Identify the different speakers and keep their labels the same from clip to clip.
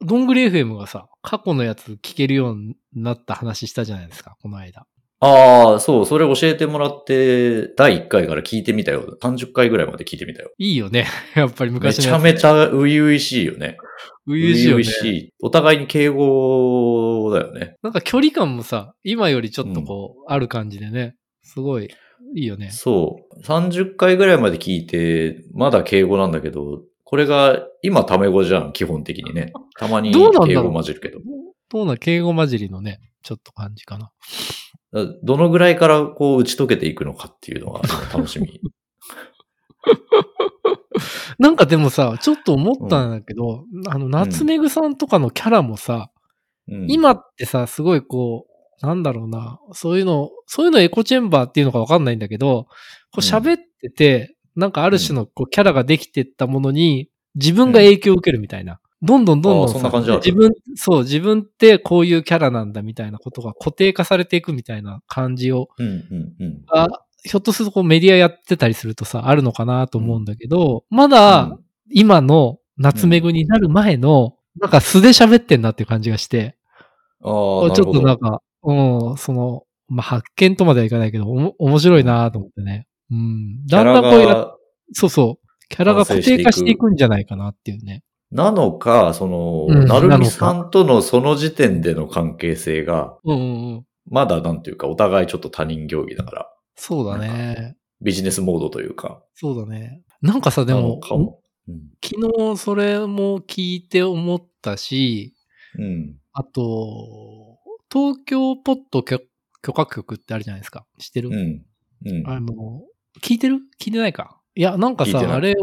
Speaker 1: どんぐり FM がさ、過去のやつ聞けるようになった話したじゃないですか、この間。
Speaker 2: ああ、そう、それ教えてもらって、第1回から聞いてみたよ。30回ぐらいまで聞いてみたよ。
Speaker 1: いいよね。 やっぱり
Speaker 2: め
Speaker 1: 昔の
Speaker 2: ち
Speaker 1: や
Speaker 2: ゃ
Speaker 1: つ。
Speaker 2: めちゃ初々しいよね。
Speaker 1: 初々しいよね。
Speaker 2: 初々しいお互いに敬語だよね。
Speaker 1: なんか距離感もさ、今よりちょっとこう、ある感じでね。すごい、いいよね。
Speaker 2: そう。30回ぐらいまで聞いて、まだ敬語なんだけど、これが今タメ語じゃん、基本的に ね。たまに
Speaker 1: どうなんだろう
Speaker 2: 敬語混じるけど。
Speaker 1: どうなん敬語混じりのね、ちょっと感じかな。
Speaker 2: だどのぐらいからこう打ち解けていくのかっていうのが楽しみ。
Speaker 1: なんかでもさ、ちょっと思ったんだけど、あの、夏目ぐさんとかのキャラもさ、
Speaker 2: うん、
Speaker 1: 今ってさ、すごいこう、なんだろうな、そういうの、そういうのエコチェンバーっていうのかわかんないんだけど、こう喋ってて、なんかある種のこうキャラができてったものに、自分が影響を受けるみたいな。どんどんどんどん
Speaker 2: あーそんな感じある
Speaker 1: 自分、そう、自分ってこういうキャラなんだみたいなことが固定化されていくみたいな感じを、
Speaker 2: うんうんうん。
Speaker 1: あひょっとするとこうメディアやってたりするとさ、あるのかなと思うんだけど、まだ今の夏目ぐになる前の、なんか素で喋ってんなっていう感じがして、
Speaker 2: うん、ああ、な
Speaker 1: ち
Speaker 2: る
Speaker 1: ょ
Speaker 2: ほ
Speaker 1: っとな
Speaker 2: ど
Speaker 1: ん。か、うん、その、まあ、発見とまではいかないけど、おも面白いなと思ってね。うん。だんだんこう
Speaker 2: キャラ
Speaker 1: や、
Speaker 2: が
Speaker 1: そうそう、キャラが固定化していくんじゃないかなっていうね。
Speaker 2: なのか、その、
Speaker 1: うん
Speaker 2: なるみさんとのその時点での関係性が、
Speaker 1: うんうんうん。
Speaker 2: まだなんていうか、お互いちょっと他人行儀だから、
Speaker 1: そうだ
Speaker 2: な
Speaker 1: ね。
Speaker 2: ビジネスモードというか、
Speaker 1: そうだね。なんかさ、で
Speaker 2: な
Speaker 1: も
Speaker 2: の、かも。うん。
Speaker 1: 昨日それも聞いて思ったし、
Speaker 2: うん。
Speaker 1: あと、東京ポッド許許可局ってあるじゃないですか。知ってる、
Speaker 2: うん。うん
Speaker 1: あの、聞いてる聞いてないか。いや、なんか
Speaker 2: 聞いて
Speaker 1: さ、
Speaker 2: ない
Speaker 1: あれ、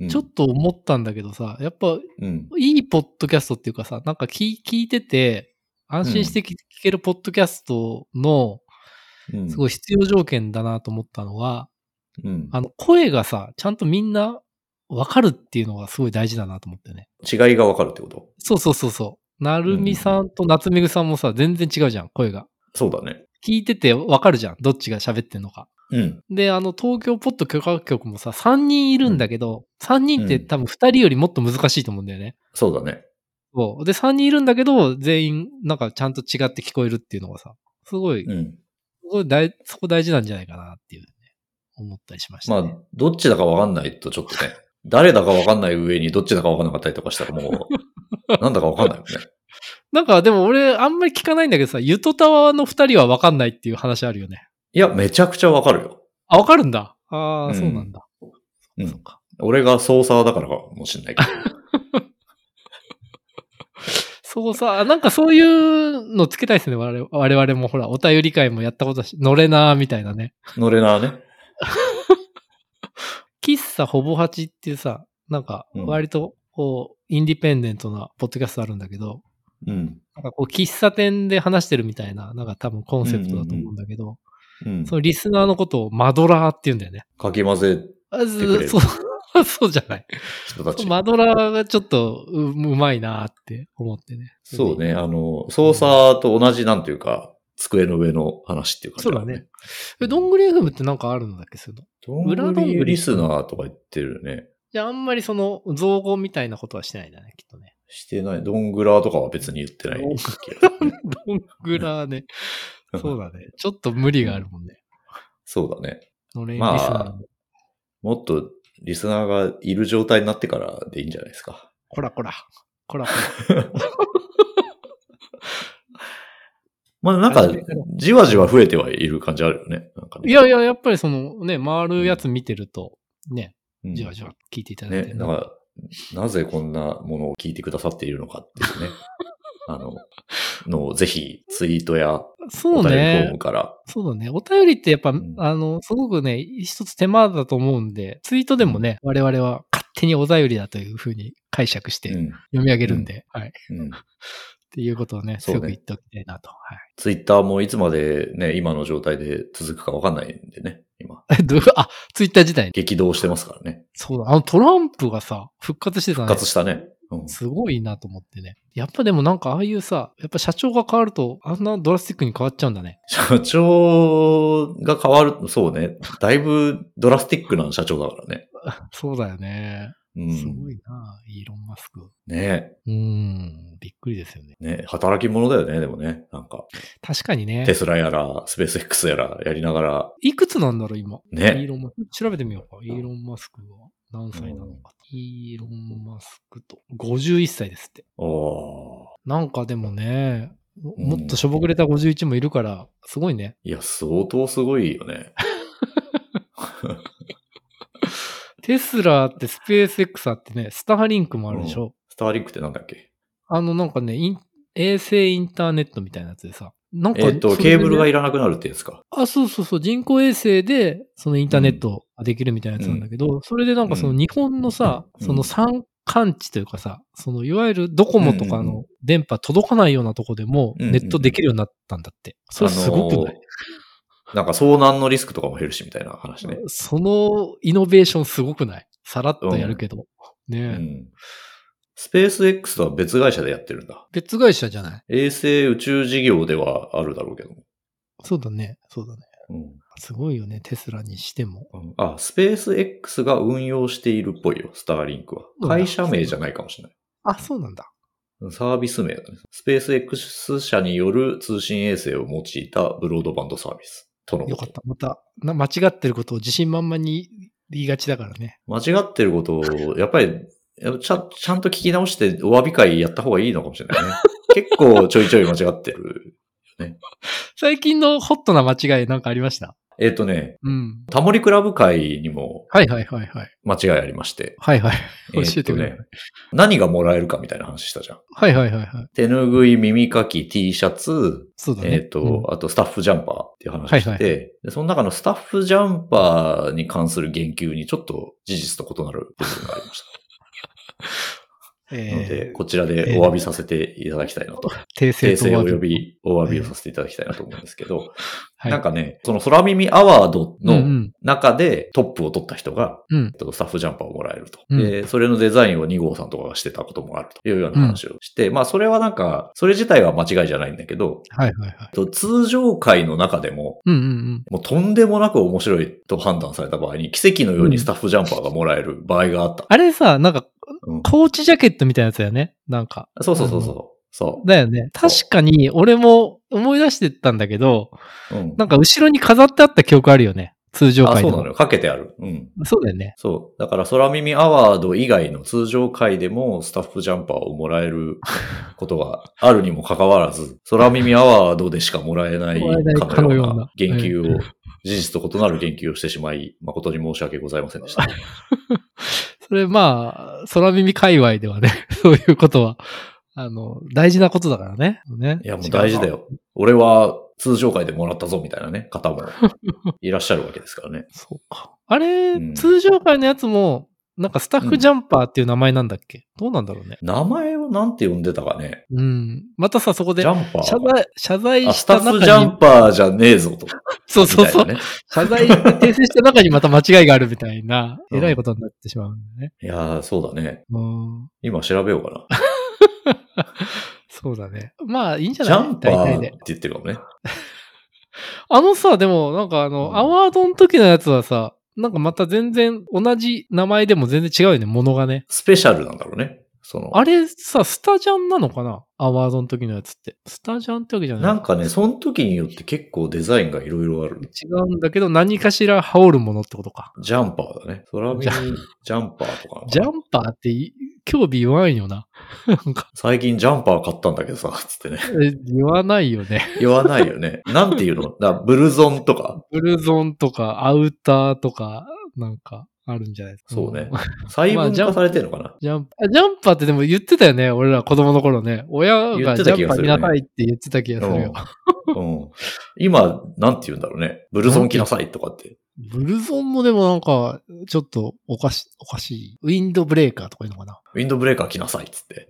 Speaker 2: うん。
Speaker 1: ちょっと思ったんだけどさ、やっぱ
Speaker 2: うん。
Speaker 1: いいポッドキャストっていうかさ、なんか聞聞いてて、安心して聞聞けるポッドキャストの、
Speaker 2: うん。
Speaker 1: すごい必要条件だなと思ったのは、
Speaker 2: うん。
Speaker 1: あの、声がさ、ちゃんとみんなわかるっていうのがすごい大事だなと思ってね。
Speaker 2: 違いがわかるってこと
Speaker 1: そうそうそうそう。なるみさんと夏めぐさんもさ、全然違うじゃん、声が。
Speaker 2: そうだね。
Speaker 1: 聞いててわかるじゃん、どっちが喋ってんのか。
Speaker 2: うん。
Speaker 1: で、あの、東京ポッド許可局もさ、3人いるんだけど、3人って多分2人よりもっと難しいと思うんだよね。
Speaker 2: そうだね。
Speaker 1: そう。で、3人いるんだけど、全員、なんかちゃんと違って聞こえるっていうのがさ、すごい、す
Speaker 2: うん。
Speaker 1: ごい大、そこ大事なんじゃないかなっていうね、思ったりしまし
Speaker 2: ま
Speaker 1: た、ね。
Speaker 2: あ、どっちだかわかんないとちょっと ね、誰だかわかんない上にどっちだかわかんなかったりとかしたらも う、なんだかわかんないよね。
Speaker 1: なんかでも俺、あんまり聞かないんだけどさ、ゆとたわの2人は分かんないっていう話あるよね。
Speaker 2: いや、めちゃくちゃわかるよ。
Speaker 1: あ、分かるんだ。ああ、
Speaker 2: うん
Speaker 1: そうなんだ。
Speaker 2: う
Speaker 1: そっ
Speaker 2: ん。
Speaker 1: か。
Speaker 2: 俺が操作だからかもしんないけど。
Speaker 1: そうさ、なんかそういうのつけたいですね、我々我々もほら、お便り会もやったことだし、乗れなーみたいなね。
Speaker 2: 乗れなーね。
Speaker 1: 喫茶ほぼ八っていうさ、なんか
Speaker 2: うん
Speaker 1: 割とこう、インディペンデントなポッドキャストあるんだけど、
Speaker 2: うん。
Speaker 1: なんかこう、喫茶店で話してるみたいな、なんか多分コンセプトだと思うんだけど、
Speaker 2: うん。
Speaker 1: そのリスナーのことをマドラーって言うんだよね。
Speaker 2: かき混ぜ
Speaker 1: あ
Speaker 2: てくれ
Speaker 1: ず
Speaker 2: る
Speaker 1: そう、そうじゃない。
Speaker 2: 人たち。
Speaker 1: マドラーがちょっとううまいなーって思ってね。
Speaker 2: そう。ね。あの、操作と同じなんていうか、机の上の話っていう感じ
Speaker 1: そうだね。。え、どんぐり FM ってなんかあるんだっけ、そういうの。
Speaker 2: どん
Speaker 1: 裏ど
Speaker 2: ぐ
Speaker 1: んぐ
Speaker 2: り
Speaker 1: り
Speaker 2: リスナーとか言ってるよね。
Speaker 1: じゃああんまりその、造語みたいなことはしてないんだね、きっとね。
Speaker 2: してない。どんぐらーとかは別に言ってない
Speaker 1: どん
Speaker 2: 気がするね。
Speaker 1: どんぐらーね。そうだね。ちょっと無理があるもんね。
Speaker 2: そうだね。
Speaker 1: のれんリスナ
Speaker 2: ま
Speaker 1: ーの。
Speaker 2: あ、もっとリスナーがいる状態になってからでいいんじゃないですか。
Speaker 1: こらこら。こらこ
Speaker 2: まあなんか
Speaker 1: 初めての、
Speaker 2: じわじわ増えてはいる感じあるよね。なんかね
Speaker 1: ら。いやいや、やっぱりそのね、回るやつ見てると、ね、
Speaker 2: うん
Speaker 1: じわじわ聞いていただいて
Speaker 2: ね、
Speaker 1: ね、
Speaker 2: だから、なぜこんなものを聞いてくださっているのかっていう ね。あの、のをぜひツイートや
Speaker 1: そ
Speaker 2: お
Speaker 1: う
Speaker 2: 便りフォー
Speaker 1: ね
Speaker 2: ム。から。
Speaker 1: そうだね。お便りってやっぱ、
Speaker 2: ん
Speaker 1: あの、すごくね、一つ手間だと思うんで、ツイートでもね、我々は勝手にお便りだというふうに解釈して読み上げるんで、はい。っ
Speaker 2: うん。うん。
Speaker 1: ていうことをね、
Speaker 2: そう
Speaker 1: 強
Speaker 2: ね
Speaker 1: く言っておきたいなと。はい。
Speaker 2: ツイッターもいつまでね、今の状態で続くかわかんないんでね。今、
Speaker 1: え どうあ、ツイッター自体ね
Speaker 2: 激動してますからね。
Speaker 1: そうだ。あのトランプがさ、復活してたね
Speaker 2: 復活したね。うん。
Speaker 1: すごいなと思ってね。やっぱでもなんかああいうさ、やっぱ社長が変わるとあんなドラスティックに変わっちゃうんだね。
Speaker 2: 社長が変わる、そうね。だいぶドラスティックな社長だからね。
Speaker 1: そうだよね。
Speaker 2: うん。
Speaker 1: すごいな、イーロン・マスク。
Speaker 2: ね
Speaker 1: うーん、びっ
Speaker 3: くりですよね。
Speaker 2: ね、働き者だよね、でもね。なんか、
Speaker 1: 確かにね
Speaker 2: テ。スラやら、スペース X やらやりながら、
Speaker 1: いくつなんだろう、今。イー
Speaker 2: ね。
Speaker 1: ロンマスク調べてみようか。イーロン・マスクは何歳なのか。イーロン・マスクと51歳ですって。
Speaker 2: おー
Speaker 1: なんかでもね、も
Speaker 2: うん
Speaker 1: もっとしょぼくれた51もいるから、すごいね。
Speaker 2: いや、相当すごいよね。
Speaker 1: テスラあってスペース X あってね、スターリンクもあるでしょ。
Speaker 2: スターリンクってなんだっけ
Speaker 1: あのなんかね、イン衛星インターネットみたいなやつでさ。なんか、
Speaker 2: えっと、
Speaker 1: それで
Speaker 2: ケー
Speaker 1: ね
Speaker 2: ブルがいらなくなるってやつか。
Speaker 1: あ、そうそうそう、人工衛星で、そのインターネットができるみたいなやつなんだけど、それでなんかその
Speaker 2: うん
Speaker 1: 日本のさ、
Speaker 2: うん
Speaker 1: その山間地というかさ、そのいわゆるドコモとか
Speaker 2: うんうんう
Speaker 1: の電波届かないようなとこでも
Speaker 2: うんうん
Speaker 1: ネットできるようになったんだって。それすごくない、
Speaker 2: あのーなんか遭難のリスクとかも減るしみたいな話ね。
Speaker 1: そのイノベーションすごくないさらっとやるけど。ね
Speaker 2: う
Speaker 1: え、
Speaker 2: ん。スペース X とは別会社でやってるんだ。
Speaker 1: 別会社じゃない
Speaker 2: 衛星宇宙事業ではあるだろうけども。
Speaker 1: そうだね。そうだね。
Speaker 2: うん
Speaker 1: すごいよね、テスラにしても。
Speaker 2: うんあ、スペース X が運用しているっぽいよ、スターリンクは。会社名じゃないかもしれない。
Speaker 1: あ、そうなんだ。
Speaker 2: サービス名だね。スペース X 社による通信衛星を用いたブロードバンドサービス。とのこ
Speaker 1: よ
Speaker 2: と
Speaker 1: かった。また、な間違ってることを自信満々に言いがちだからね。
Speaker 2: 間違ってることを、やっぱり、やっぱちゃんちゃんと聞き直してお詫び会やった方がいいのかもしれないね。 結構ちょいちょい間違ってる。
Speaker 1: 最近のホットな間違いなんかありました
Speaker 2: えっ、とね、
Speaker 1: うん。
Speaker 2: タモリクラブ会にも
Speaker 1: はいはいはいはい。
Speaker 2: 間違いありまして。
Speaker 1: はいはい。教
Speaker 2: え
Speaker 1: え
Speaker 2: ってと
Speaker 1: くれ
Speaker 2: ね。何がもらえるかみたいな話したじゃん。
Speaker 1: はいはいはいはい。
Speaker 2: 手ぬぐい、耳かき、T シャツ、
Speaker 1: そうだね。
Speaker 2: えっ、と、
Speaker 1: うん
Speaker 2: あとスタッフジャンパーっていう話をして、
Speaker 1: はいはい
Speaker 2: でその中のスタッフジャンパーに関する言及にちょっと事実と異なる部分がありました。なので、
Speaker 1: えー
Speaker 2: こちらでお詫びさせていただきたいなと。
Speaker 1: 訂正
Speaker 2: 訂
Speaker 1: と
Speaker 2: 正
Speaker 1: お
Speaker 2: を
Speaker 1: 詫
Speaker 2: 呼び、お詫びをさせていただきたいなと思うんですけど、
Speaker 1: はい
Speaker 2: なんかね、その空耳アワード
Speaker 1: うんう
Speaker 2: の
Speaker 1: ん
Speaker 2: 中でトップを取った人が、
Speaker 1: うん
Speaker 2: えっとスタッフジャンパーをもらえると、
Speaker 1: うん
Speaker 2: で、それのデザインを2号さんとかがしてたこともあるというような話をして、まあそれはなんか、それ自体は間違いじゃないんだけど、
Speaker 1: はいはいはい
Speaker 2: えっ。と通常回の中でも、
Speaker 1: うんうんうん。
Speaker 2: もうとんでもなく面白いと判断された場合に、奇跡のようにスタッフジャンパーがもらえる場合があった。
Speaker 1: あれさ、なんか、
Speaker 2: うん
Speaker 1: コーチジャケットみたいなやつだよね。なんか。
Speaker 2: そうそうそうそう。そ
Speaker 1: だよね。確かに、俺も思い出してたんだけど、
Speaker 2: う。うん、
Speaker 1: なんか後ろに飾ってあった記憶あるよね。通常
Speaker 2: あ、
Speaker 1: 回
Speaker 2: そ
Speaker 1: の。
Speaker 2: うなのよ。かけてある。うん。
Speaker 1: そうだよね。
Speaker 2: そう。だから、空耳アワード以外の通常回でも、スタッフジャンパーをもらえ ることがあるにもかかわらず、空耳アワードでしかもらえない
Speaker 1: もらえない
Speaker 2: か
Speaker 1: か
Speaker 2: の
Speaker 1: の
Speaker 2: よ
Speaker 1: よう
Speaker 2: うな
Speaker 1: な
Speaker 2: 言及を、事実と異なる言及をしてしまい、誠に申し訳ございませんでした。
Speaker 1: それまあ、空耳界隈ではね、 そういうことは、あの、大事なことだからね。ね
Speaker 2: いや、もう大事だ。よ。俺は通常回でもらったぞ、みたいなね、方もいらっしゃるわけですからね。
Speaker 1: そうか。あれ、
Speaker 2: うん
Speaker 1: 通常会のやつも、なんかスタッフジャンパーっていう名前なんだっけ、どうなんだろうね。
Speaker 2: 名前をなんて呼んでたかね。
Speaker 1: うん。またさ、そこ
Speaker 2: ジ
Speaker 1: で、
Speaker 2: ャンパー。
Speaker 1: 謝罪、謝罪
Speaker 2: あ
Speaker 1: し
Speaker 2: スタ
Speaker 1: た
Speaker 2: ッ
Speaker 1: 中
Speaker 2: フ
Speaker 1: に、
Speaker 2: ジャンパーじゃねえぞと。
Speaker 1: そうそうそう、
Speaker 2: みたいなね
Speaker 1: 謝罪して訂正した中にまた間違いがあるみたいな、
Speaker 2: うん
Speaker 1: えらいことになってしまうんだね。
Speaker 2: いやー、そうだね。
Speaker 1: うん。
Speaker 2: 今調べようかな。
Speaker 1: そうだね。まあ、いいんじゃ
Speaker 2: ジ
Speaker 1: ない
Speaker 2: ャンパ
Speaker 1: 大体
Speaker 2: ーっ
Speaker 1: で
Speaker 2: て。言ってるかもね。
Speaker 1: あのさ、でも、なんかあの、
Speaker 2: うん
Speaker 1: アワードの時のやつはさ、なんかまた全然、同じ名前でも全然違うよね、ものがね。
Speaker 2: スペシャルなんだろうね。その、
Speaker 1: あれさ、スタジャンなのかなアワードの時のやつって。スタジャンってわけじゃない。
Speaker 2: なんかね、その時によって結構デザインがいろいろある。
Speaker 1: 違うんだけど、何かしら羽織るものってことか。
Speaker 2: ジャンパーだね。空耳ジャンパーとかな
Speaker 1: ジャンパーってい、興味言わんよ な。なんか、
Speaker 2: 最近ジャンパー買ったんだけどさ、つってね。
Speaker 1: え言わないよね。
Speaker 2: 言わないよ ね。なんていうのだからブルゾンとか。
Speaker 1: ブルゾンとか、アウターとか、なんか、あるんじゃないですか。
Speaker 2: そうね。細分化されてるのかな、
Speaker 1: ジャンパー、ジャンパーってでも言ってたよね、俺ら子供の頃ね。親
Speaker 2: 言っ
Speaker 1: が
Speaker 2: て
Speaker 1: ジ
Speaker 2: た
Speaker 1: ャ
Speaker 2: 気
Speaker 1: ン
Speaker 2: が
Speaker 1: パ
Speaker 2: す
Speaker 1: ー見
Speaker 2: るよね
Speaker 1: なさいって言ってた気がするよ。
Speaker 2: うんうん今、なんて言うんだろうね。ブルゾン着なさいとかって。
Speaker 1: ブルゾンもでもなんか、ちょっとおかし、おかしい。ウィンドブレーカーとかいうのかな。
Speaker 2: ウィンドブレーカー着なさいっつって。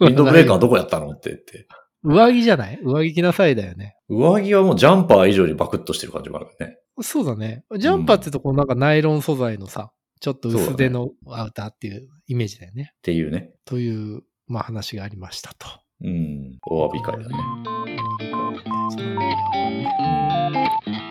Speaker 2: ウィンドブレー カーどこやったのって言って。
Speaker 1: 上着じゃない上着着なさいだよね。
Speaker 2: 上着はもうジャンパー以上にバクッとしてる感じもあるよね。
Speaker 1: そうだね。ジャンパーってとこなんかナイロン素材のさ、ちょっと薄手のアウターっていうイメージだよね。
Speaker 2: っていうね。
Speaker 1: という、まあ話がありましたと。
Speaker 2: うん。お詫び会だね。
Speaker 1: その内容はね